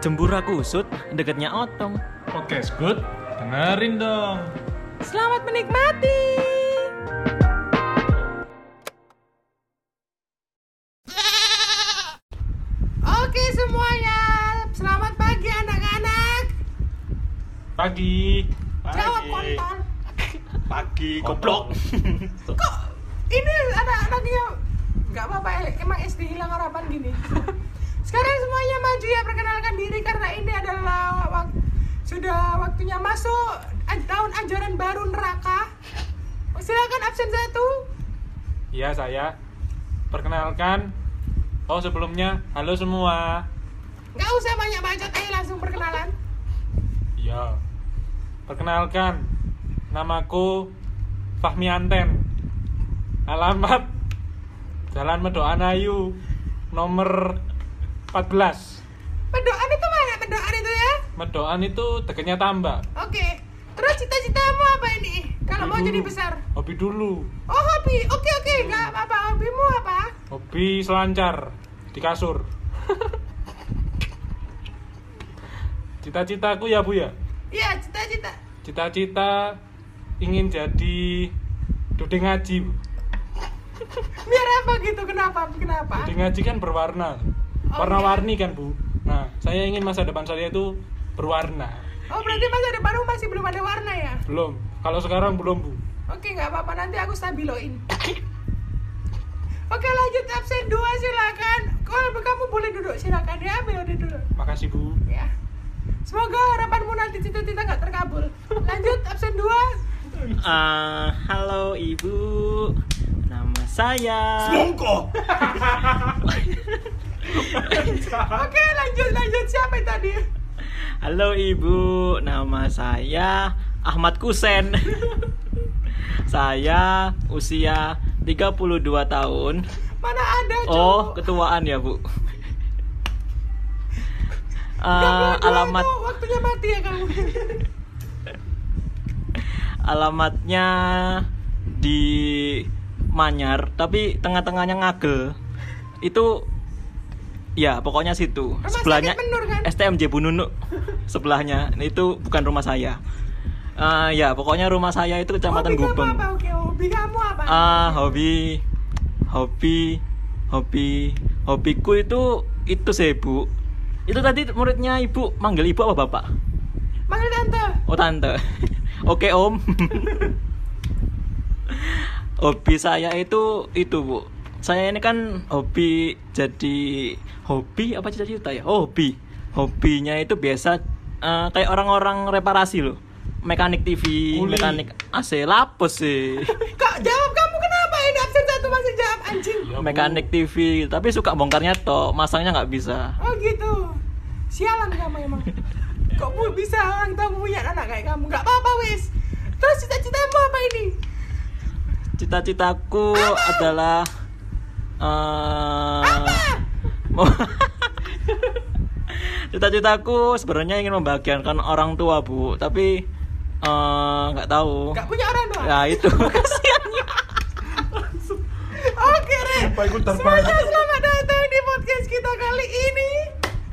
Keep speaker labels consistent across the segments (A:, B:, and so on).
A: Jembura kusut, deketnya otong.
B: Podcast good, dengerin dong.
C: Selamat menikmati. Oke semuanya, selamat pagi anak-anak.
B: Pagi.
C: Jawab kontol.
D: Pagi goblok.
C: Kok ini anak-anak dia nggak apa-apa eh, emang SD hilang harapan gini. Sekarang semuanya maju ya perkenalkan diri karena ini adalah wak- sudah waktunya masuk aj- tahun ajaran baru neraka. Silakan absen satu.
B: Ya saya. Perkenalkan. Oh sebelumnya, halo semua.
C: Nggak usah banyak bacot, ayo langsung perkenalan.
B: Ya. Perkenalkan, namaku Fahmi Anten. Alamat Jalan Medoan Ayu, nomor 14.
C: Berdoaan itu mana? Berdoaan itu ya?
B: Medoan itu dekatnya Tambak.
C: Oke. Terus cita-citamu apa ini? Kalau mau
B: Hobi
C: jadi
B: dulu.
C: besar.
B: Hobi dulu.
C: Oh hobi. Oke oke. Nggak apa-apa. Hobimu apa?
B: Hobi selancar di kasur. Cita-citaku ya Bu ya.
C: Iya cita-cita.
B: Cita-cita ingin jadi Dode ngaji. Bu.
C: Biar apa gitu? Kenapa? Kenapa?
B: Dode ngaji kan berwarna. Warna-warni kan, Bu. Nah, saya ingin masa depan saya itu berwarna.
C: Oh berarti masa depanmu masih belum ada warna ya?
B: Belum. Kalau sekarang belum, Bu.
C: Oke nggak apa-apa. Nanti aku stabiloin. Oke lanjut absen dua silakan. Kalau kamu boleh duduk silakan ya. Ambil duduk.
B: Makasih, Bu.
C: ya semoga harapanmu nanti cita-cita nggak terkabul lanjut absen dua
A: Ah, halo ibu, nama saya.
D: Mongko.
C: oke lanjut lanjut siapa yang tadi
A: Halo ibu, nama saya Ahmad Kusen. saya usia 32 tahun.
C: mana ada
A: Oh,
C: cowok?
A: ketuaan ya bu.
C: Yang
A: Ah,
C: dua-dua
A: alamat
C: itu waktunya mati ya kamu
A: alamatnya di Manyar, tapi tengah-tengahnya ngagel. Itu ya pokoknya situ.
C: Rumah
A: sebelahnya
C: sakit Benur, kan?
A: STMJ Bununu. Sebelahnya Nah, itu bukan rumah saya. Eh, ya pokoknya rumah saya itu Kecamatan
C: hobi
A: Gubeng.
C: kamu apa oke hobi kamu apa
A: Ah, hobi hobi hobi hobiku itu itu sih, Bu. Itu tadi muridnya Ibu manggil Ibu apa Bapak?
C: manggil tante
A: Oh tante. Oke om. hobi saya itu itu bu. Saya ini kan hobi jadi hobi apa cita-cita ya? Oh, hobi. Hobinya itu biasa eh, kayak orang-orang reparasi loh. Mekanik TV,
B: Kuli.
A: mekanik AC lapis sih.
C: kok jawab kamu kenapa ini absen satu masih jawab anjing
B: Ya, Bu.
A: mekanik TV, tapi suka bongkarnya toh, masangnya nggak bisa.
C: oh gitu sialan kamu emang kok bu- bisa orang tua punya anak kayak kamu nggak apa-apa wis terus cita-citamu apa ini
A: Cita-citaku adalah eh, mau- Cita-citaku sebenarnya ingin membahagiakan orang tua, Bu, tapi eh, nggak tahu.
C: nggak punya orang tua
A: Ya itu kasihan.
C: Oke Re,
D: Apa ikut terbang?
C: semuanya selamat datang di podcast kita kali ini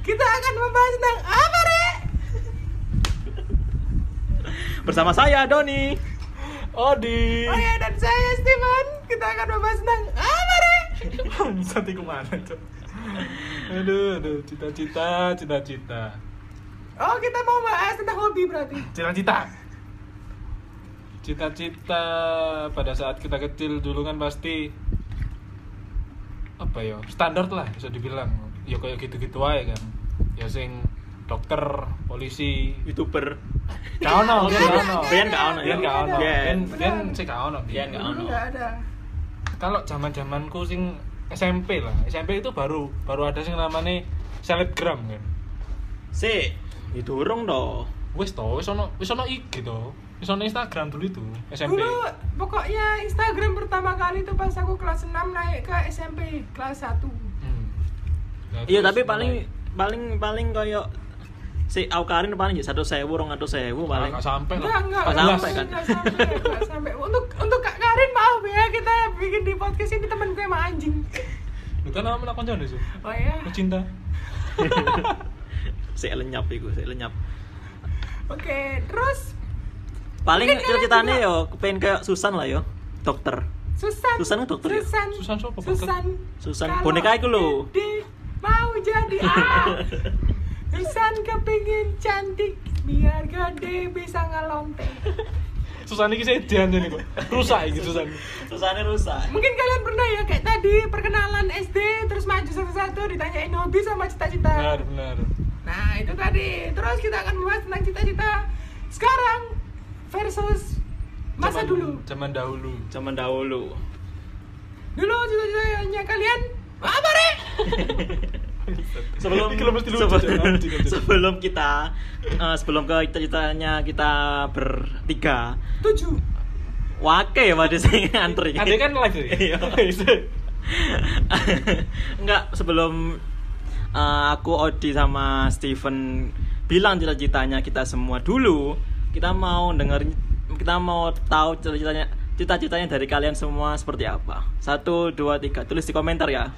C: Kita akan membahas tentang apa Re?
A: Bersama saya Doni.
B: Odi.
C: Oh ya dan saya Steven, kita akan membahas tentang apa Re?
B: Bangsat iku mana, Cok? Aduh, aduh, cita-cita, cita-cita.
C: Oh kita mau bahas tentang hobi berarti
B: cita-cita cita-cita pada saat kita kecil dulu kan pasti apa ya standar lah bisa dibilang ya kayak gitu-gitu aja kan ya sing dokter polisi
A: YouTuber.
B: gak
A: Oh,
B: ono gak
C: Gak ada,
B: ono
C: gak
A: Bian gak iya. ono,
B: Biyen gak
A: Bian.
B: ono Biyen biyen
C: Beneran.
B: sih gak ono
A: Biyen gak ono.
C: Dulu nggak ada
B: kalau zaman zamanku sing SMP lah SMP itu baru baru ada sing namanya selebgram kan
A: Si, didorong toh.
B: wis toh wis ono wis ono IG toh wis ono Instagram dulu itu SMP
C: Dulu pokoknya Instagram pertama kali itu pas aku kelas 6 naik ke SMP kelas 1
B: Hmm. Nah,
A: Iya,
B: terus
A: tapi
B: mulai-
A: paling paling paling koyo si Aukarin paling ya 1000 2000
B: paling
A: paling.
B: nggak sampai
C: Enggak,
B: lah
C: enggak,
A: Pas
C: enggak,
A: sampai kan?
C: enggak sampai, enggak sampai. Untuk untuk Kak Karin maaf ya kita bikin di podcast ini temen gue emang anjing. ya.
B: lu kan nama melakukan jodoh sih
C: Oh ya.
B: lu cinta
A: Sik lenyap iku, sik lenyap.
C: Oke, terus
A: Paling
C: Mungkin kalian
A: ceritane
C: juga-
A: yo kepen kayak Susan lah yo, dokter.
C: Susan.
A: Susan kan dokter ya?
C: Susan.
B: Susan siapa, Bang?
C: Susan.
A: Susan,
C: Kalau
A: boneka itu lho.
C: gede mau jadi ah. Susan kepingin cantik biar gede bisa ngelonte.
B: Susan ini saya jangan ini kok. Rusak ini Susan.
A: Susane rusak.
C: Mungkin kalian pernah ya kayak tadi perkenalan SD terus maju satu-satu ditanyain hobi sama cita-cita.
B: Benar, benar.
C: Nah itu tadi. Terus kita akan membahas tentang cita-cita sekarang versus masa
B: Zaman-
C: dulu.
B: Zaman dahulu.
A: Zaman dahulu.
C: Dulu cita-citanya kalian apa Re?
A: sebelum
B: Ini kalau mesti lucu,
A: sebelum,
B: jangan lucu, jangan lucu.
A: sebelum kita eh, sebelum ke ceritanya kita bertiga
C: Tujuh.
A: wake ya pada sing antri
B: Ada kan live ya?
A: Iya. enggak sebelum eh, aku Odi sama Steven bilang cita-citanya kita semua dulu kita mau dengerin kita mau tahu cita-citanya cita-citanya dari kalian semua seperti apa satu dua tiga tulis di komentar ya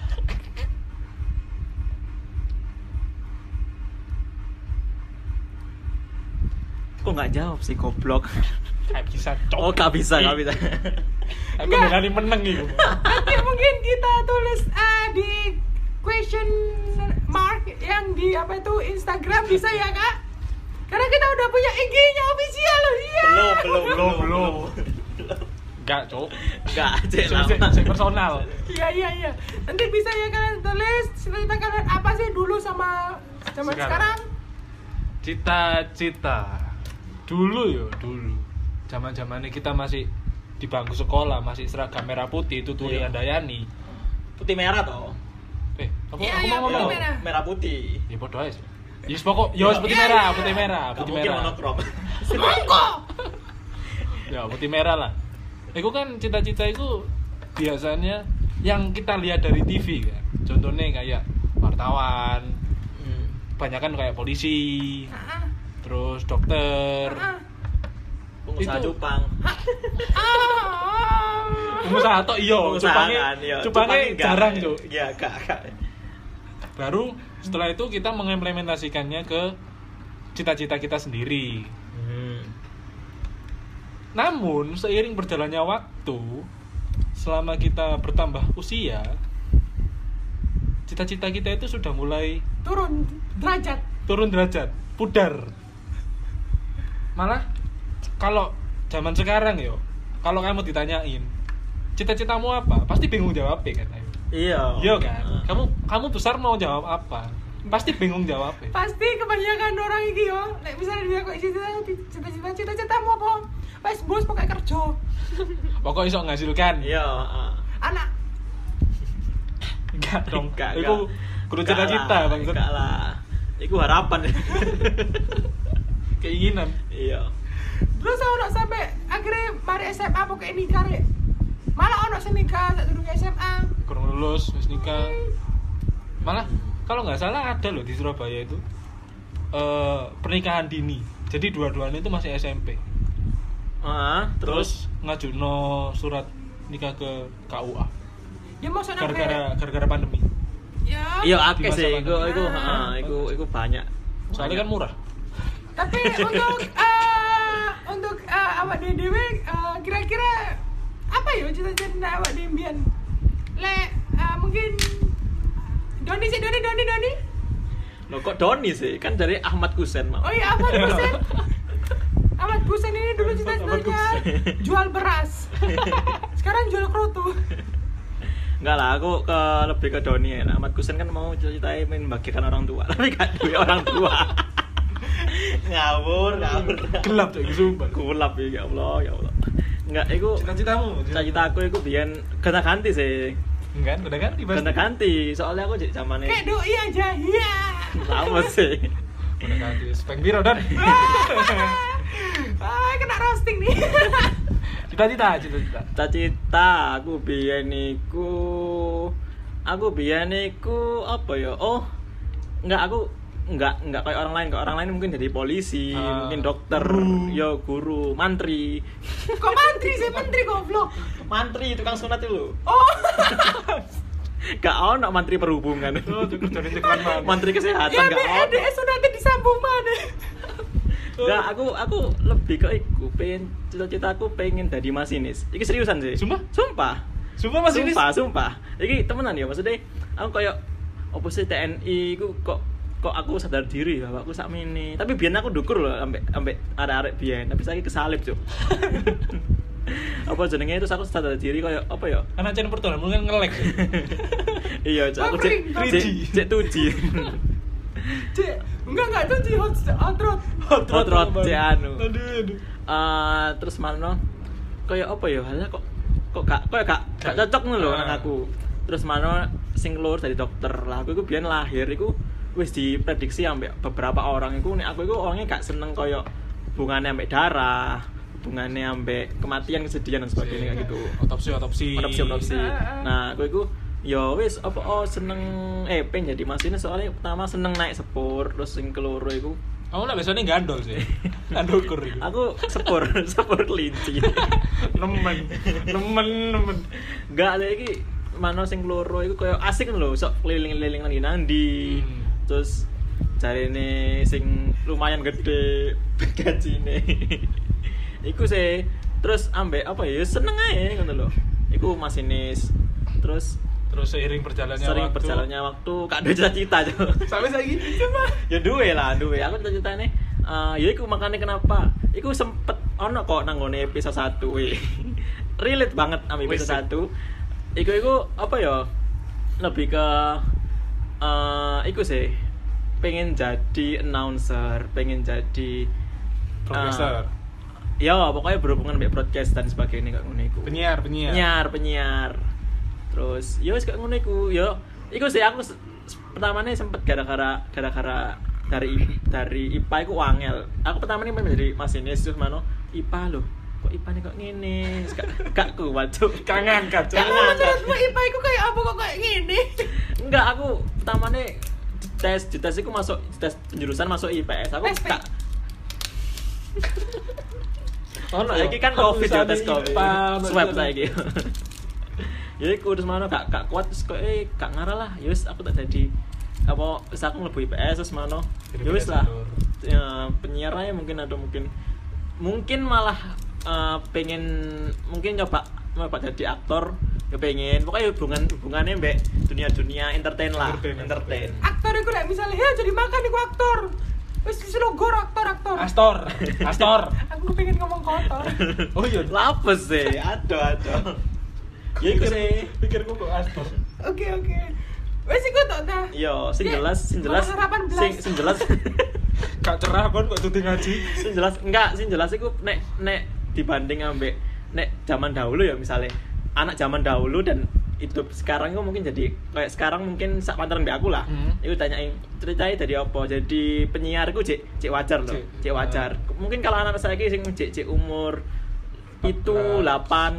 A: kok nggak jawab sih goblok
B: Kayak bisa cok.
A: oh nggak bisa nggak bisa
B: Aku
C: Enggak.
B: dengar ini meneng gitu.
C: Nanti mungkin kita tulis eh, di question mark yang di apa itu Instagram bisa ya kak? Karena kita udah punya IG-nya official loh, iya.
B: Belum, belum. Enggak, cok.
A: nggak cek
B: Saya- saya-
A: lama.
B: saya personal.
C: Iya iya iya. Nanti bisa ya kalian tulis cerita kalian apa sih dulu sama zaman
B: Sekarang.
C: sekarang?
B: Cita-cita. Dulu ya, dulu. Zaman-zamannya kita masih di bangku sekolah, masih seragam merah putih, itu Turi
A: Iya.
B: Andayani.
A: putih merah toh
B: Eh, apa
C: Iya,
B: aku
C: iya,
B: mau ngomong?
C: putih merah.
A: putih
B: Ya bodoh aja. Ya wis pokok, ya wis putih
C: Iya,
B: merah,
C: iya.
B: putih merah,
A: Nggak
B: Ah, putih
A: mungkin
B: merah.
A: monokrom
C: Monggo.
B: Ya, putih merah lah. Itu kan cita-cita itu biasanya yang kita lihat dari TV kan. Contohnya kayak wartawan,
A: Hmm.
B: banyak kan kayak polisi,
C: Ah,
B: terus dokter,
C: ah,
A: pengusaha
B: Itu-
A: cupang
C: ah.
B: pengusaha tok iya,
A: Pengusaha
B: cupangnya,
A: kan, iya.
B: cupangnya
A: enggak.
B: jarang tuh.
A: iya kak kak
B: Baru setelah itu kita mengimplementasikannya ke cita-cita kita sendiri.
A: hmm.
B: Namun seiring berjalannya waktu, selama kita bertambah usia, cita-cita kita itu sudah mulai
C: Turun derajat.
B: turun derajat, pudar. Malah kalau zaman sekarang yo, kalau kamu ditanyain cita-citamu apa, pasti bingung jawabnya kan. Ayu.
A: iya Ah.
B: Iya kan? Kamu kamu besar mau jawab apa? Pasti bingung e. jawabnya.
C: Pasti kebanyakan orang iki yo, nek misalnya dia kok cita-cita cita-cita cita-cita mau apa? Wes bos pokoknya kerja.
B: Pokoknya iso ngasilkan.
A: iya ah.
C: Anak
B: Enggak dong.
A: Enggak,
B: Itu
A: enggak.
B: kudu
A: Enggak
B: cita-cita,
A: lah,
B: Bang.
A: enggak lah itu harapan
B: Keinginan.
A: iya
C: Terus ono sampai akhirnya mari SMA pokoknya nikah rek. Malah ono sing nikah saat durunge SMA.
B: kurang lulus wis nikah malah kalau nggak salah ada loh di Surabaya itu eh, pernikahan dini jadi dua-duanya itu masih SMP
A: ah terus
B: terus ngajuno surat nikah ke KUA
C: Ya mosok nang
B: gara-gara gara-gara pandemi
C: Ya.
A: iya akeh
B: Di masa
A: sih iku
B: pandemi.
A: iku
C: Ah.
A: ah, iku iku banyak
B: soalnya kan murah
C: Tapi untuk eh, untuk eh, awak dhewe dhewe eh, kira-kira apa ya cita-cita awak dhewe mbiyen? Lek eh, mungkin Doni sih Doni Doni Doni.
A: Loh, kok Doni sih kan dari Ahmad Kusen mau
C: Oh iya Ahmad Busen. Ahmad Busen ini dulu
B: Ahmad
C: cita-citanya
B: Hussein.
C: jual beras. Sekarang jual kroto.
A: Enggak lah, aku ke lebih ke Doni ya. Ahmad Kusen kan mau ceritain main membagikan orang tua, tapi gak duit orang tua. ngawur, ngawur.
B: gelap coy sumpah
A: Gelap ya Allah, ya Allah. Enggak, itu
B: cita-citamu
A: cita-cita aku itu biyen ganti ganti sih.
B: enggak udah kan
A: Ganti ganti, soalnya aku jadi zamane
C: Kayak doi aja. Iya.
A: lama sih.
B: udah ganti speng biro dan
C: Ah, kena roasting nih.
B: cita-cita cita-cita
A: Cita-cita aku biyen iku aku biyen iku apa ya? Oh, enggak aku enggak enggak kayak orang lain. Kayak orang lain mungkin jadi polisi,
B: Ah,
A: mungkin dokter,
B: guru.
A: yo guru, mantri.
C: Kok mantri sih menteri goblok.
A: Mantri tukang sunat itu.
C: Oh.
A: Oh. Gak ono menteri perhubungan.
B: Oh, cukup Iya, jadi cekelan mana?
A: menteri kesehatan
C: ya
A: gak ono.
C: BEDS sudah ada disambung mana
A: Nggak, aku aku lebih ke iku pengen cita-citaku pengen jadi masinis. Iki seriusan sih.
B: Sumpah?
A: Sumpah.
B: Sumpah Mas ini.
A: Sumpah, sumpah. Iki temenan ya maksudnya aku kayak opo sih TNI ku kok kok aku sadar diri ya aku sak mini. Tapi biyen aku dukur loh ambek ambek arek-arek biyen, tapi saiki kesalip, Cuk. apa jenenge terus aku sadar diri kayak apa ya?
B: Anak channel pertolongan mungkin ngelek.
A: Iya, Cuk. Aku cek
C: Pamring, pamring.
A: cek cek tuji.
C: cek enggak enggak itu di hot hot rod
A: Hot rod, cek anu.
B: Aduh, aduh.
A: Eh, terus mano kayak apa ya halah kok kok gak kok gak gak cocok nih loh
B: Ah.
A: nang aku terus mano sing keluar dari dokter lah aku iku biyen lahir iku wis diprediksi ambek beberapa orang iku nek aku iku orangnya gak seneng koyo hubungannya ambek darah hubungannya ambek kematian kesedihan dan sebagainya kayak gitu
B: Otopsi, otopsi.
A: otopsi otopsi
C: Ah, ah.
A: nah aku iku yo wis apa oh seneng eh pengen jadi masinis soalnya pertama seneng naik sepur terus sing keloro iku
B: Aku lah biasanya gandol sih. Gandol kur itu.
A: aku sepur sepur kelinci
B: nemen, nemen, nemen.
A: Enggak, lagi mano sing loro iku koyo asik lho, sok keliling-keliling nang nandi.
B: Hmm.
A: Terus jarine sing lumayan gede gajine. iku sih terus ambek apa ya seneng ae ngono lho. Iku masinis. Terus
B: Terus seiring perjalannya
A: sering
B: waktu.
A: berjalannya waktu gak ada cita-cita Cuk.
C: sampai saya gini cuma
A: ya duwe lah duwe aku cita-citane eh ya iku makanya kenapa iku sempet ono kok nang nggone episode 1 weh relate banget sama
B: Wis,
A: episode 1 iku iku apa ya lebih ke eh iku sih pengen jadi announcer pengen jadi eh,
B: Profesor.
A: ya pokoknya berhubungan dengan broadcast dan sebagainya kayak ngono iku
B: Penyiar, penyiar.
A: penyiar penyiar terus yo wis kayak ngono iku yo iku sih aku se- se- pertamanya sempet gara-gara gara-gara dari I- dari IPA iku wangel aku pertamanya pengen menjadi masinis terus mano IPA loh kok IPA nih kok ngene Terus gak gak kuat Cuk.
B: Gak ngangkat, Cuk.
A: Gak
C: kamu
A: ngangkat.
C: menurutmu IPA itu kayak apa kok kayak gini
A: enggak aku pertamanya di tes di tes iku masuk di tes penjurusan masuk IPS aku
C: Tes
A: tak
B: Oh, no,
A: Saiki kan covid ya tes covid. Swab saiki. Ya iku terus mana gak gak kuat terus kok eh gak ngarah lah. Ya wis aku tak jadi apa wis aku mlebu IPS terus mana.
B: Jadi
A: Ya wis lah.
B: presenter.
A: Ya, penyiar aja mungkin atau mungkin mungkin malah eh, pengen mungkin coba coba jadi aktor ya pengen pokoknya hubungan hubungannya mbak dunia dunia entertain lah
B: Entertain,
A: entertain
C: aktor itu kayak misalnya ya jadi makan iku aktor wis wis lo gor aktor aktor
B: Astor, Astor.
C: aku pengen ngomong kotor
B: Oh iya.
A: lapes sih aduh aduh ya iku sih
B: Pikirku kok Astor.
C: oke oke wis iku tok ta
A: Yo, Iya, sing
C: Dek,
A: jelas, sing jelas,
C: malah harapan belas.
A: sing, sing jelas,
B: Kak cerah kon kok tuti ngaji.
A: sing jelas, enggak, sing jelas iku nek nek dibanding ambek nek zaman dahulu ya misalnya anak zaman dahulu dan hidup sekarang itu mungkin jadi kayak sekarang mungkin sak pantaran mbek aku lah.
B: Hmm.
A: Iku tanyain ceritanya dari apa? Jadi penyiar iku cek cek wajar loh,
B: Cek,
A: cek wajar.
B: Hmm.
A: Mungkin kalau anak saiki sing cek cek umur itu 8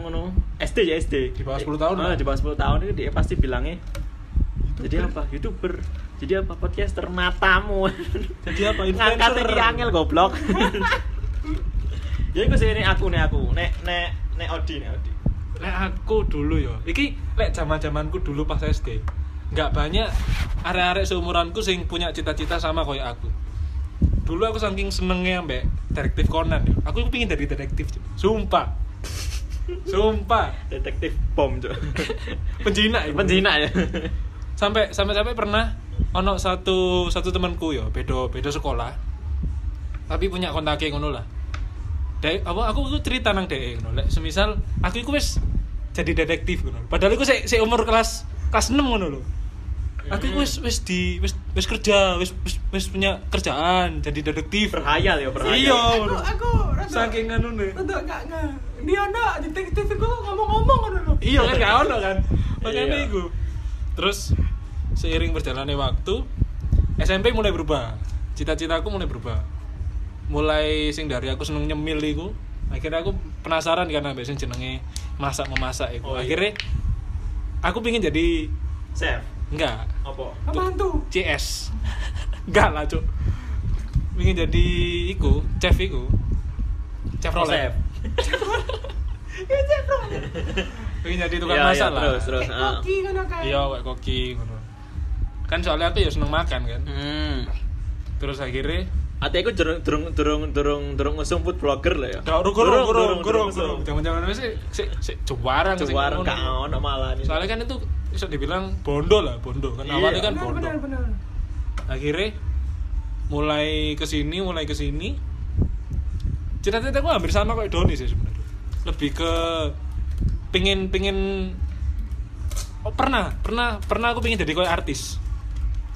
A: ngono SD ya SD
B: Di bawah 10 tahun
A: Eh,
B: lah.
A: di bawah 10 tahun itu dia pasti bilangnya jadi apa youtuber jadi apa podcaster matamu
B: Jadi apa
A: ngangkat
B: influencer?
A: iki angel goblok ya iku sih ini aku nek aku nek nek nek Odi nek Odi
B: Lek aku dulu yo. Iki lek zaman-zamanku dulu pas SD. Nggak banyak arek-arek seumuranku sing punya cita-cita sama koyo aku. Dulu aku saking senengnya mbak detektif Conan yo. Aku pingin jadi detektif. Cuk. Sumpah. Sumpah.
A: detektif bom cok
B: Penjinak itu.
A: penjinak ya
B: sampai sampai sampai pernah ono satu satu temanku yo bedo bedo sekolah tapi punya kontaknya ngono lah Dek, apa aku itu cerita nang dek ngono lek semisal aku iku wis jadi detektif ngono padahal aku sik sik umur kelas kelas 6 ngono lho aku iku wis wis di wis wis kerja wis wis, wis punya kerjaan jadi detektif
A: berhayal ya berhayal
B: Iya.
C: aku aku rada-
B: saking anu nih
C: rada gak nggak dia ndak detektif itu ngomong-ngomong ngono lho
B: iya kan gak ono kan makanya
A: Iya.
B: iku terus seiring berjalannya waktu SMP mulai berubah cita-citaku mulai berubah mulai sing dari aku seneng nyemil iku akhirnya aku penasaran karena biasanya jenenge masak memasak
A: Oh,
B: iku
A: iya.
B: akhirnya aku pingin jadi
A: chef
B: enggak
A: apa
C: pembantu
B: CS enggak lah cuk pingin jadi iku Oh, chef iku
A: chef
B: chef rolet
C: Ya cek bro.
B: pengen jadi tukang
A: Iya, iya,
B: masak lah
A: terus terus.
C: Kayak
A: ah.
C: koki ngono kan.
B: iya kayak koki ngono kan soalnya aku ya seneng makan kan
A: Hmm.
B: terus akhirnya
A: Ate iku durung durung durung durung durung ngusung food blogger lah ya.
B: Durung, durung, durung, durung,
A: ngusung.
B: durung. Jangan-jangan apa sih, sih, sih, juwarang, sih,
A: Juwarang
B: ngono.
A: gak ono malah ini.
B: Soalnya kan itu bisa dibilang bondo lah, bondo. Kan
A: Iya.
B: awalnya kan
C: Benar
B: bondo.
C: benar benar.
B: Akhirnya mulai kesini, mulai kesini. Cita-cita gue hampir sama kayak Doni sih sebenarnya. Lebih ke pingin pingin oh, pernah pernah pernah aku pingin jadi kayak artis.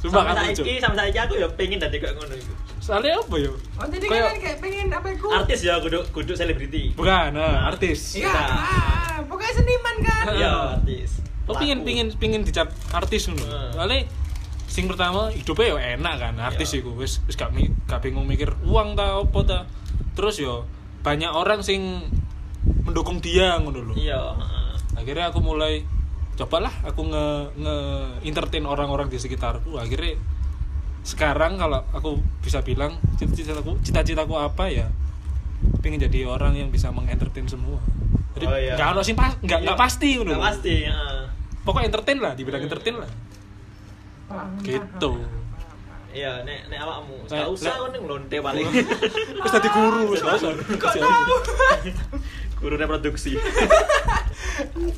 B: Sumpah
A: sama
B: kan lucu.
A: saiki sama saiki aku ya pengen dadi kayak ngono iku.
B: Soalnya apa ya?
C: Oh jadi
B: Kayak-
C: kalian kayak pengen apa iku?
A: Artis ya kudu kudu selebriti.
B: Bukan, nah, artis.
C: Iya.
A: Nah.
C: ah, Pokoknya seniman kan.
A: Iya, artis.
B: Lo Oh, pingin
A: Laku.
B: pingin pingin dicap artis ngono.
A: Heeh.
B: Soalnya sing pertama hidupnya yo enak kan, artis
A: Iya.
B: iku wis wis gak, mi- gak bingung mikir uang ta apa ta. Terus yo banyak orang sing mendukung dia ngono lho.
A: Iya, heeh.
B: Akhirnya aku mulai cobalah aku nge nge entertain orang-orang di sekitarku. Akhirnya sekarang kalau aku bisa bilang cita-citaku cita-citaku apa ya pengen jadi orang yang bisa mengentertain semua. Jadi
A: Oh, iya.
B: nggak ada sing pas nggak nggak
A: Iya.
B: pasti ngono
A: Nggak
B: lho
A: pasti, Iya. heeh.
B: pokoknya entertain lah dibilang entertain lah
C: Paham,
B: gitu
A: Iya, nek nek awakmu.
B: Nek-
A: Gak usah
B: nek-
A: kon ning lonte paling.
B: terus tadi guru wis bosan
C: Kok tahu?
A: Guru reproduksi.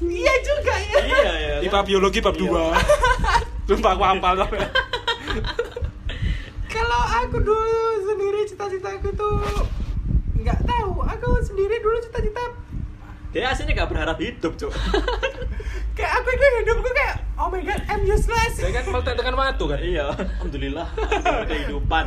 C: Iya juga ya.
A: Iya, iya.
B: IPA biologi bab
A: Iya.
B: 2 sumpah aku hafal tapi
C: Kalau aku dulu sendiri cita-citaku tuh nggak tahu. Aku sendiri dulu cita-cita
A: Dia aslinya gak berharap hidup, Cuk.
C: kayak aku itu hidupku kayak oh my god I'm useless.
B: saya kan meletak dengan batu kan
A: Iya, alhamdulillah. ada kehidupan.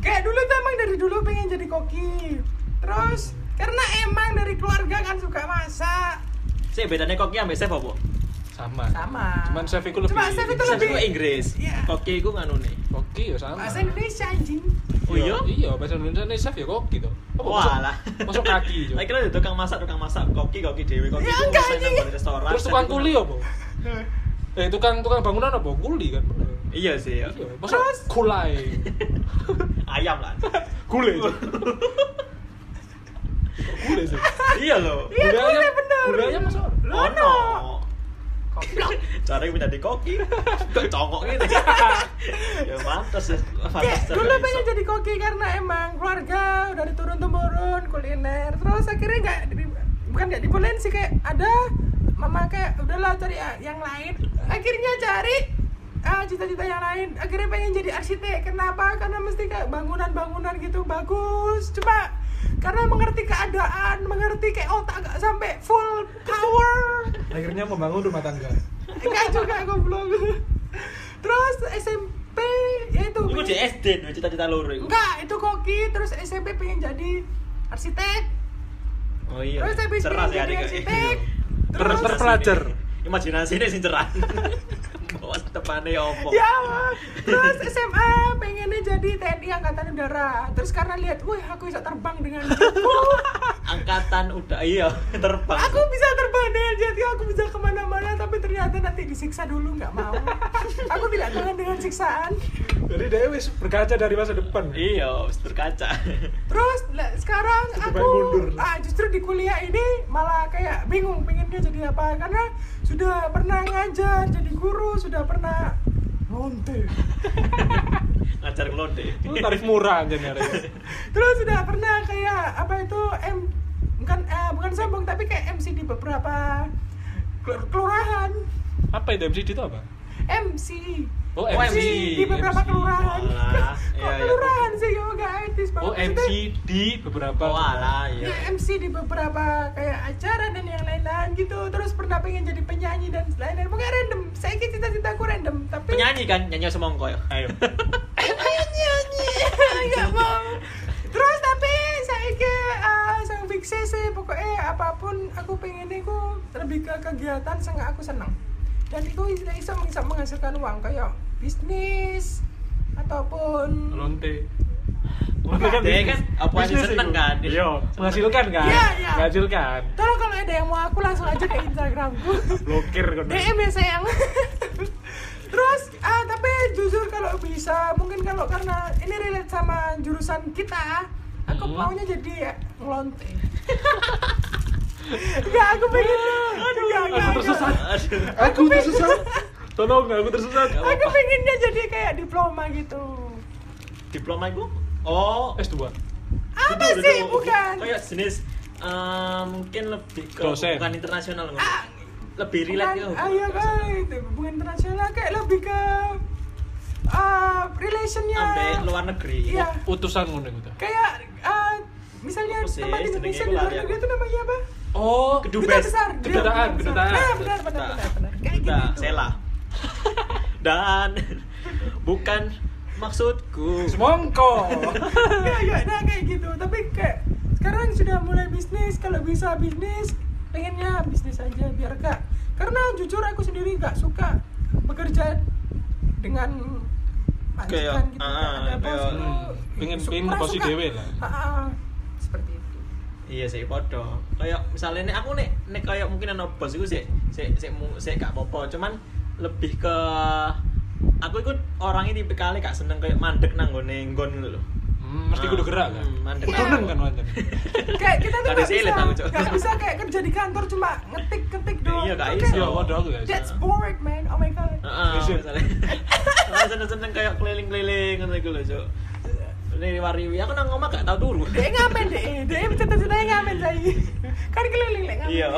C: Kayak dulu tuh emang dari dulu pengen jadi koki. Terus karena emang dari keluarga kan suka masak
A: Sih bedanya koki ambek chef apa?
B: sama
C: sama.
B: cuman chef iku lebih
C: Cuma chef itu
A: Chef
C: lebih
A: iku Inggris.
C: Iya.
A: Koki iku nganu nih.
B: koki ya sama
C: bahasa Indonesia anjing.
A: Oh iya?
B: iya bahasa Indonesia nih chef ya koki tuh Apa, masuk-
A: Walah.
B: masuk kaki Jo?
A: Lah kira tukang masak, tukang masak koki, koki dewe, koki.
C: Ya,
A: itu
C: enggak,
A: urusan
C: anjing.
A: nang bar restoran.
B: terus
A: chef
B: tukang
A: iku
B: kuli
A: nang-
B: apa eh tukang tukang bangunan apa kuli kan bener
A: Iya sih ya.
B: iya masuk
C: Terus?
B: kulai
A: Ayam lah.
B: kule Jo. kule sih
A: iya loh.
C: Iya,
B: Kule
C: kule
B: ayam-
C: bener.
B: kule ayam masuk apa?
C: Lu
A: Oh no.
C: no.
A: Cara menjadi koki. Kok congok gitu. ya mantas ya.
C: Kayak
A: Mantas.
C: dulu pengen jadi koki karena emang keluarga udah diturun temurun kuliner. Terus akhirnya nggak di- bukan nggak dibolehin sih kayak ada mama kayak udahlah cari ah, yang lain. Akhirnya cari ah, cita-cita yang lain. Akhirnya pengen jadi arsitek. Kenapa? Karena mesti kayak bangunan-bangunan gitu bagus. Cuma karena mengerti keadaan, mengerti kayak otak nggak sampai full power.
B: akhirnya membangun rumah tangga
C: Enggak juga goblok. Terus SMP ya itu.
A: Iku
C: pengen-
A: di SD duwe cita-cita loro iku.
C: Enggak, itu koki terus SMP pengen jadi arsitek.
A: Oh iya.
C: Terus habis
A: Cerah
C: pengen
A: sih
C: jadi
A: adik.
C: arsitek.
B: Ter-
C: Terus
B: terpelajar.
A: Imajinasine sing cerah. Kok tepane opo?
C: ya, terus SMA pengennya jadi TNI Angkatan Udara. Terus karena lihat, wih aku bisa terbang dengan jetku.
A: Angkatan udah iya terbang.
C: aku bisa terbang dengan jetku, aku bisa kemana-mana. Tapi ternyata nanti disiksa dulu nggak mau. aku tidak tahan dengan siksaan.
B: jadi dia wis berkaca dari masa depan
A: Iya, wis berkaca.
C: Terus lah, sekarang
B: Cukup
C: aku
B: baik mundur.
C: ah, justru di kuliah ini malah kayak bingung pengennya jadi apa karena sudah pernah ngajar jadi guru sudah pernah lonte
A: Ngajar ngelonde.
B: Itu tarif murah aja nih harganya.
C: terus sudah pernah kayak apa itu m bukan eh, bukan sombong tapi kayak MC di beberapa kelur- kelurahan
B: Apa itu MCD itu apa?
C: MC
B: Oh,
A: Oh,
B: MC.
C: di beberapa
B: MC.
C: kelurahan
A: Walah,
C: kok
A: iya, iya.
C: kelurahan sih yo nggak etis
B: Oh,
C: banget.
B: MC
C: Maksudnya-
B: di beberapa.
A: Oh alah
C: ya
A: iya.
C: MC di beberapa kayak acara dan yang lain-lain gitu terus pernah pengen jadi penyanyi dan lain-lain mungkin random saya ingin cita-citaku random tapi
A: Penyanyi kan nyanyi semongko ya.
B: Ayo.
C: nyanyi nggak mau terus tapi saya ke uh, sang big sih pokoknya apapun aku pengennya aku lebih ke kegiatan sing aku seneng dan itu bisa bisa menghasilkan uang kayak bisnis ataupun
B: Lonte.
A: Dia kan apa yang
B: bisnis
A: seneng
B: itu.
A: kan?
B: Iya, menghasilkan kan?
C: Iya, iya.
B: Menghasilkan.
C: tolong kalau ada yang mau aku langsung aja ke instagramku
B: Blokir kan.
C: DM ya sayang terus ah, tapi jujur kalau bisa mungkin kalau karena ini relate sama jurusan kita aku
B: Hmm.
C: maunya jadi ngelonte Enggak, aku pengen. Enggak, enggak,
B: aku
C: enggak.
B: tersesat.
A: Aduh.
B: Aku tersesat. Tolong, aku tersesat.
C: Aku pengennya jadi kayak diploma gitu.
A: Diploma itu? Oh,
B: S2.
C: Apa
A: Duduk,
C: sih?
A: duduk.
C: Bukan.
A: Kayak jenis eh, mungkin lebih ke
B: Dosen.
A: bukan internasional mungkin.
C: Ah,
A: lebih relate ya.
C: Bukan- ah, iya kan, itu hubungan internasional kayak lebih ke ah, relationnya.
A: Sampai luar negeri.
C: Iya.
B: Utusan ngono gitu.
C: Kayak ah, misalnya
A: Apa sih?
C: tempat Indonesia
A: Jenenge
C: di luar
A: lari
C: negeri
A: aku.
C: itu namanya apa?
B: Oh,
A: Kedua.
C: Duta
A: Dubes.
C: besar. Dia
B: Kedutaan,
C: duta besar.
B: kedutaan.
C: Nah, benar, benar, benar, benar. Kayak
A: Duta,
C: gitu.
A: Sela. Dan bukan maksudku.
B: semongko.
C: Iya, iya, nah kayak gitu. Tapi kayak sekarang sudah mulai bisnis, kalau bisa bisnis, pengennya bisnis aja biar gak. Karena jujur aku sendiri gak suka bekerja dengan
A: Kayak,
C: majikan
A: ah,
C: gitu. Kayak ada bos
A: kayak,
C: itu,
B: hmm, pengen-
C: su-
B: pengen
C: kurang
B: bosi
C: suka.
B: dewe lah.
C: Ah, ah, seperti itu.
A: Iya sih podo. Kayak misalnya nek aku nek nek kayak mungkin ana bos iku sik sik sik mu- sik gak apa-apa, cuman lebih ke aku ikut orangnya tipikal gak seneng kayak mandek nang gone nggon ngono lho.
B: Hmm, mesti kudu gerak kan.
A: Hmm, mandek.
C: Iya.
B: Turun kan wajan.
C: Kayak kita tuh
A: Gak
C: gak
A: diselip aku,
C: bisa,
A: Cok.
C: gak bisa kayak kerja di kantor cuma ngetik-ngetik doang.
A: Iya, gak
C: Itu
A: iso.
B: Iya,
C: kayak-
B: waduh aku guys.
C: That's boring, man. Oh my god.
A: Heeh,
B: Iya.
A: misalnya. Aku seneng-seneng kayak keliling-keliling ngono iku lho, Cuk. Ini wariwi, aku nang omah gak tau turu.
C: Dia ngamen deh, dia cerita-ceritanya ngamen Zai. Kan keliling lek ngamen.
A: Iya.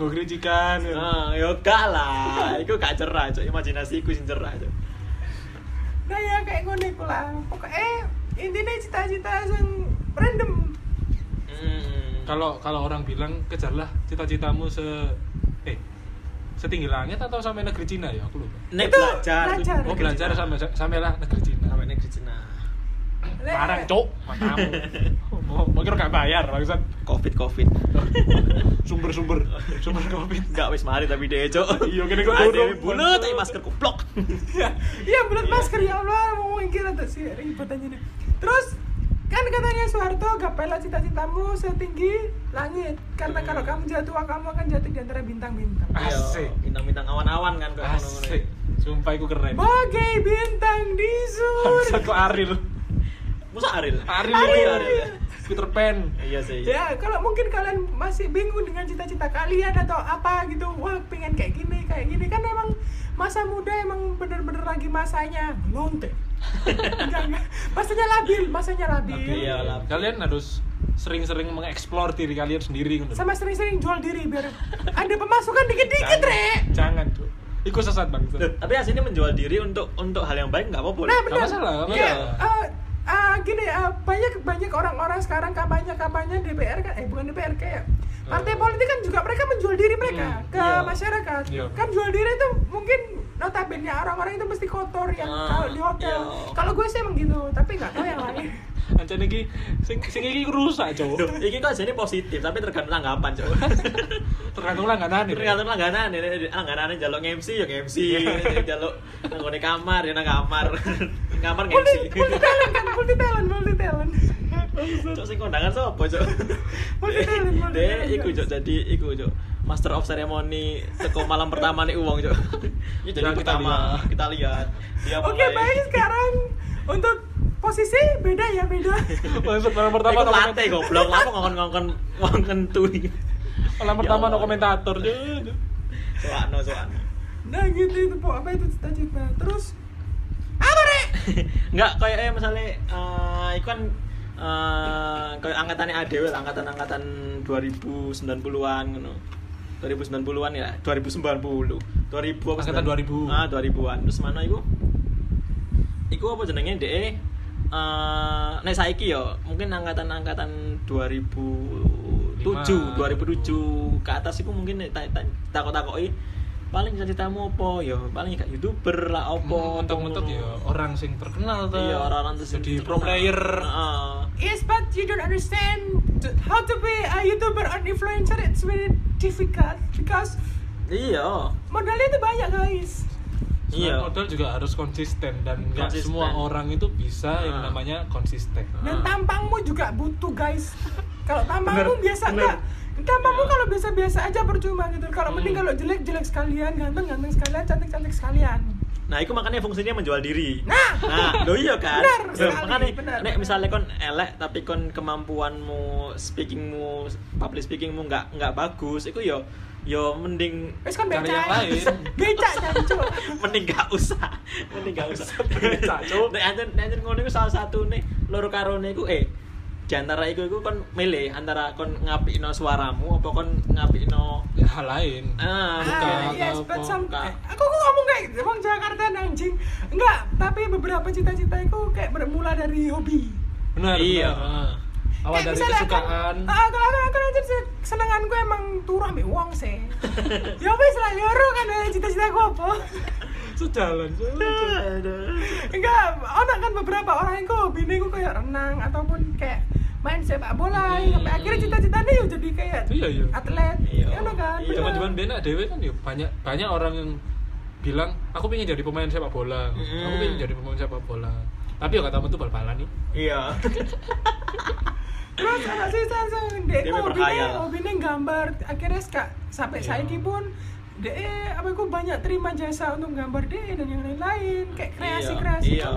B: Gue gericikan.
A: Heeh, yo gak lah. Iku gak cerah, Cuk. Imajinasiku sing cerah, Cuk.
C: Nah ya kayak ngono iku lah. Pokoke intinya cita-cita yang random.
A: Hmm.
B: Kalau kalau orang bilang kejarlah cita-citamu se eh setinggi langit atau sampai negeri Cina ya aku lupa.
A: nek
C: Itu
A: belajar,
C: belajar.
B: Oh
A: Negeri
B: belajar
A: Cina.
B: sampai sampai lah negeri Cina.
A: sampai negeri Cina.
C: Lek-
B: Parah cok, matamu. Mau mau kira gak bayar maksud
A: covid covid
B: sumber-sumber sumber covid.
A: nggak wis mari tapi deh cok
B: Iya, kene kok
A: Ada
B: durung.
A: yang bulet tapi masker kuplok
C: Iya bulat masker ya Allah, mau mikir atas sih ribet aja nih. Terus kan katanya Soeharto gapelah cita-citamu setinggi langit karena
A: Hmm.
C: kalau kamu jatuh kamu akan jatuh di antara bintang-bintang.
B: Asik.
A: bintang-bintang Iya, awan-awan kan kok
B: Asik. Sumpah iku keren.
C: Bagai bintang di
B: Bangsat
C: surga.
B: kok Aril.
A: musa Aril
B: Aril.
A: Iya,
B: Aril. Peter Pan.
A: iya sih
C: Ya, kalau mungkin kalian masih bingung dengan cita-cita kalian atau apa gitu, wah pengen kayak gini, kayak gini kan emang masa muda emang bener-bener lagi masanya lonte. enggak, enggak. Masanya labil, masanya labil.
B: Tapi
A: Iya, lah.
B: kalian harus sering-sering mengeksplor diri kalian sendiri ngono.
C: Sama sering-sering jual diri biar ada pemasukan dikit-dikit, Rek.
B: Jangan, Cuk. Iku sesat
A: Duh,
B: banget.
A: tapi aslinya menjual diri untuk untuk hal yang baik nggak apa-apa
C: Nah,
A: loh.
C: benar.
B: masalah, nggak
C: Kayak,
B: masalah.
C: eh, eh, gini, eh, banyak banyak orang-orang sekarang kampanye-kampanye DPR kan, eh bukan DPR kayak
B: Eh.
C: partai politik kan juga mereka menjual diri mereka
B: Hmm,
C: ke
A: iya.
C: masyarakat.
B: Iya.
C: Kan jual diri itu mungkin notabene orang-orang itu mesti kotor yang
A: Ah,
C: kalau di hotel.
A: iya.
C: Kalau gue sih emang gitu, tapi nggak tahu yang lain.
B: Ancan iki sing sing iki rusak,
A: Duh,
B: Cuk.
A: ini kan aslinya positif tapi tergantung tanggapan cok
B: Tergantung langganan ya.
A: tergantung langganan ini langganan jaluk MC ya
C: Iya.
A: MC jaluk nanggone kamar ya nang kamar kamar
C: multi,
A: MC
C: multi talent kan, multi talent, multi talent.
A: cok sing kondangan sapa cok
C: Multi talent, multi
A: deh
C: talent.
A: iku cok jadi iku cok master of ceremony teko malam pertama nih uang cok ya jadi
B: Nah, kita
A: pertama
B: lihat.
A: kita lihat dia
C: Oke, baik sekarang untuk posisi beda ya, beda.
B: Maksud orang pertama
A: pertama
B: no
A: latte
B: koment-
A: goblok lama ngongkon ngongkon ngongkon tuh
B: orang
A: Ya
B: pertama no
A: Allah.
B: komentator. Cuk.
A: soano soano
C: Nah gitu itu po apa itu cita-cita. Terus apa rek?
A: nggak kayak eh misalnya eh iku kan eh kayak angkatannya ADW lah, angkatan-angkatan 2090-an ngono. 2090-an ya, 2090. 2000 apa
B: Angkatan
A: 2000.
B: 2000.
A: Ah, 2000-an. Terus mana iku? Iku apa jenenge DE? Eh nek saiki ya, mungkin angkatan-angkatan 2007,
B: Lima.
A: 2007 ke atas iku mungkin nek tak- tak- takok-takoki paling cita-citamu apa ya paling gak youtuber lah
B: Hmm,
A: apa
B: Mentok-mentok ya orang sing terkenal ta.
A: Iya orang-orang tuh
B: jadi
A: terkenal.
B: pro player.
A: Heeh.
C: Yes, but you don't understand t- how to be a YouTuber or influencer. It's very difficult because
A: Iya.
C: modalnya itu banyak guys.
A: Iya.
B: Iya. Modal juga harus konsisten dan nggak
A: Konsisten.
B: semua orang itu bisa yang
A: Ah.
B: namanya konsisten.
C: Dan
A: Ah.
C: tampangmu juga butuh guys. Kalau tampangmu
A: Bener,
C: biasa
A: bener.
C: enggak. Tampangmu
A: Iya.
C: kalau biasa-biasa aja percuma gitu. Kalau mending
B: Ah. Hmm.
C: kalau jelek jelek sekalian, ganteng ganteng sekalian, cantik cantik sekalian.
A: Nah, itu makanya fungsinya menjual diri.
C: Nah.
A: lo iya kan?
C: Benar,
A: Yo,
C: sekali,
A: makanya
C: benar,
A: nek
C: benar.
A: misalnya kon elek tapi kon kemampuanmu speakingmu, public speakingmu nggak nggak bagus, itu yo yo mending
C: Wes kan
B: Cari
C: becak.
B: yang lain.
C: Becak kan, jancu.
A: mending gak usah mending gak usah
B: Becak, Cuk.
A: nek anjen nek anjen ngono iku salah satu nih loro karone iku eh di antara iku iku kon milih antara kon ngapikno suaramu apa kon ngapikno
B: Ya, hal lain
A: ah
B: Buka,
C: Ah,
B: buka,
C: yes, but
B: buka.
C: some- eh, aku kok ngomong kayak gitu, orang Jakarta anjing. Enggak, tapi beberapa cita-cita aku kayak bermula dari hobi.
B: benar
A: Iya.
B: benar. Ah. awal dari
C: Kayak Eh, misalnya aku-
B: kesukaan
C: Ah, kalau aku aku aja se- senenganku emang turu ambek uang sih. ya wis lah loro kan eh, cita-citaku apa.
B: sejalan sejalan.
C: Enggak, ono kan beberapa orang yang kok hobine ku kayak renang ataupun kayak main sepak bola
B: Hmm.
C: sampai akhirnya cita-citanya ya jadi kayak
B: Iya, iya.
C: atlet.
A: Iya.
C: Ya ono kan.
A: Iya.
C: bener.
B: cuman-cuman benak dewe kan ya banyak banyak orang yang bilang aku pengen jadi pemain sepak bola
A: Mm.
B: aku pengen jadi pemain sepak bola tapi ya katamu tuh bal-balan nih
A: iya
C: Terus anak sisa sing dek
A: Dia
C: ku hobine
A: berkhayal.
C: hobine gambar akhirnya ska, sampai
B: Iya.
C: saiki pun dek apa aku banyak terima jasa untuk gambar dek dan yang lain-lain kayak kreasi-kreasi.
A: iya
C: gitu.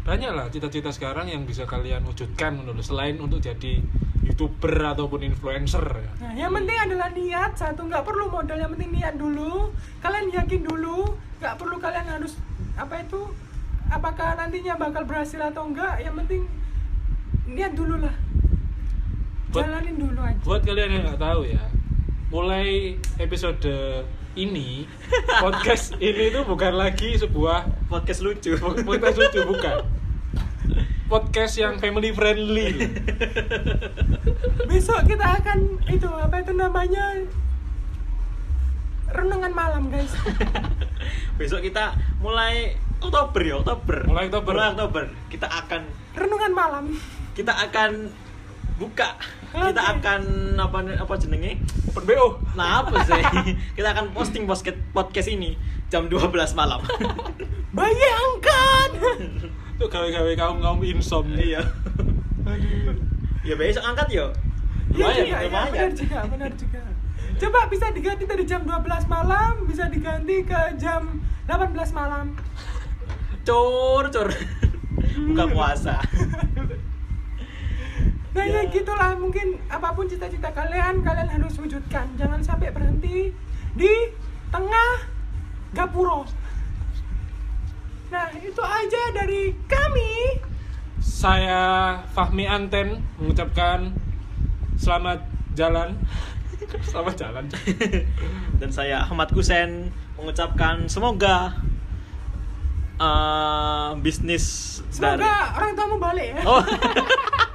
B: banyak lah cita-cita sekarang yang bisa kalian wujudkan menurut selain untuk jadi youtuber ataupun influencer ya.
C: Nah, yang penting adalah niat satu nggak perlu modal yang penting niat dulu kalian yakin dulu nggak perlu kalian harus apa itu apakah nantinya bakal berhasil atau enggak yang penting niat dulu lah
B: Buat-
C: jalanin dulu aja
B: buat kalian yang nggak tahu ya mulai episode ini podcast ini tuh bukan lagi sebuah
A: podcast lucu
B: podcast lucu bukan podcast yang family friendly
C: besok kita akan itu apa itu namanya renungan malam guys
A: besok kita mulai Oktober ya Oktober
B: Mulai Oktober.
A: mulai Oktober kita akan
C: renungan malam
A: kita akan buka kita
C: Oke.
A: akan apa apa jenenge
B: open bo
A: Nah apa sih? Kita akan posting podcast podcast ini jam 12 malam.
C: bayangkan
B: itu gawe-gawe kaum kaum insomnia
A: iya. ya besok angkat yo.
C: Iya
A: Lumayan,
C: juga, iya,
A: lumayan.
C: benar juga, benar juga. Coba bisa diganti dari jam 12 malam, bisa diganti ke jam 18 malam.
A: Cur cur. Buka puasa.
C: Nah,
A: Ya.
C: ya. gitulah mungkin apapun cita-cita kalian, kalian harus wujudkan. Jangan sampai berhenti di tengah gapuro. Nah, itu aja dari kami.
B: saya Fahmi Anten mengucapkan selamat jalan selamat jalan
A: Dan saya Ahmad Kusen mengucapkan semoga eh, bisnis dari
C: Semoga orang tuamu balik ya.
A: Oh.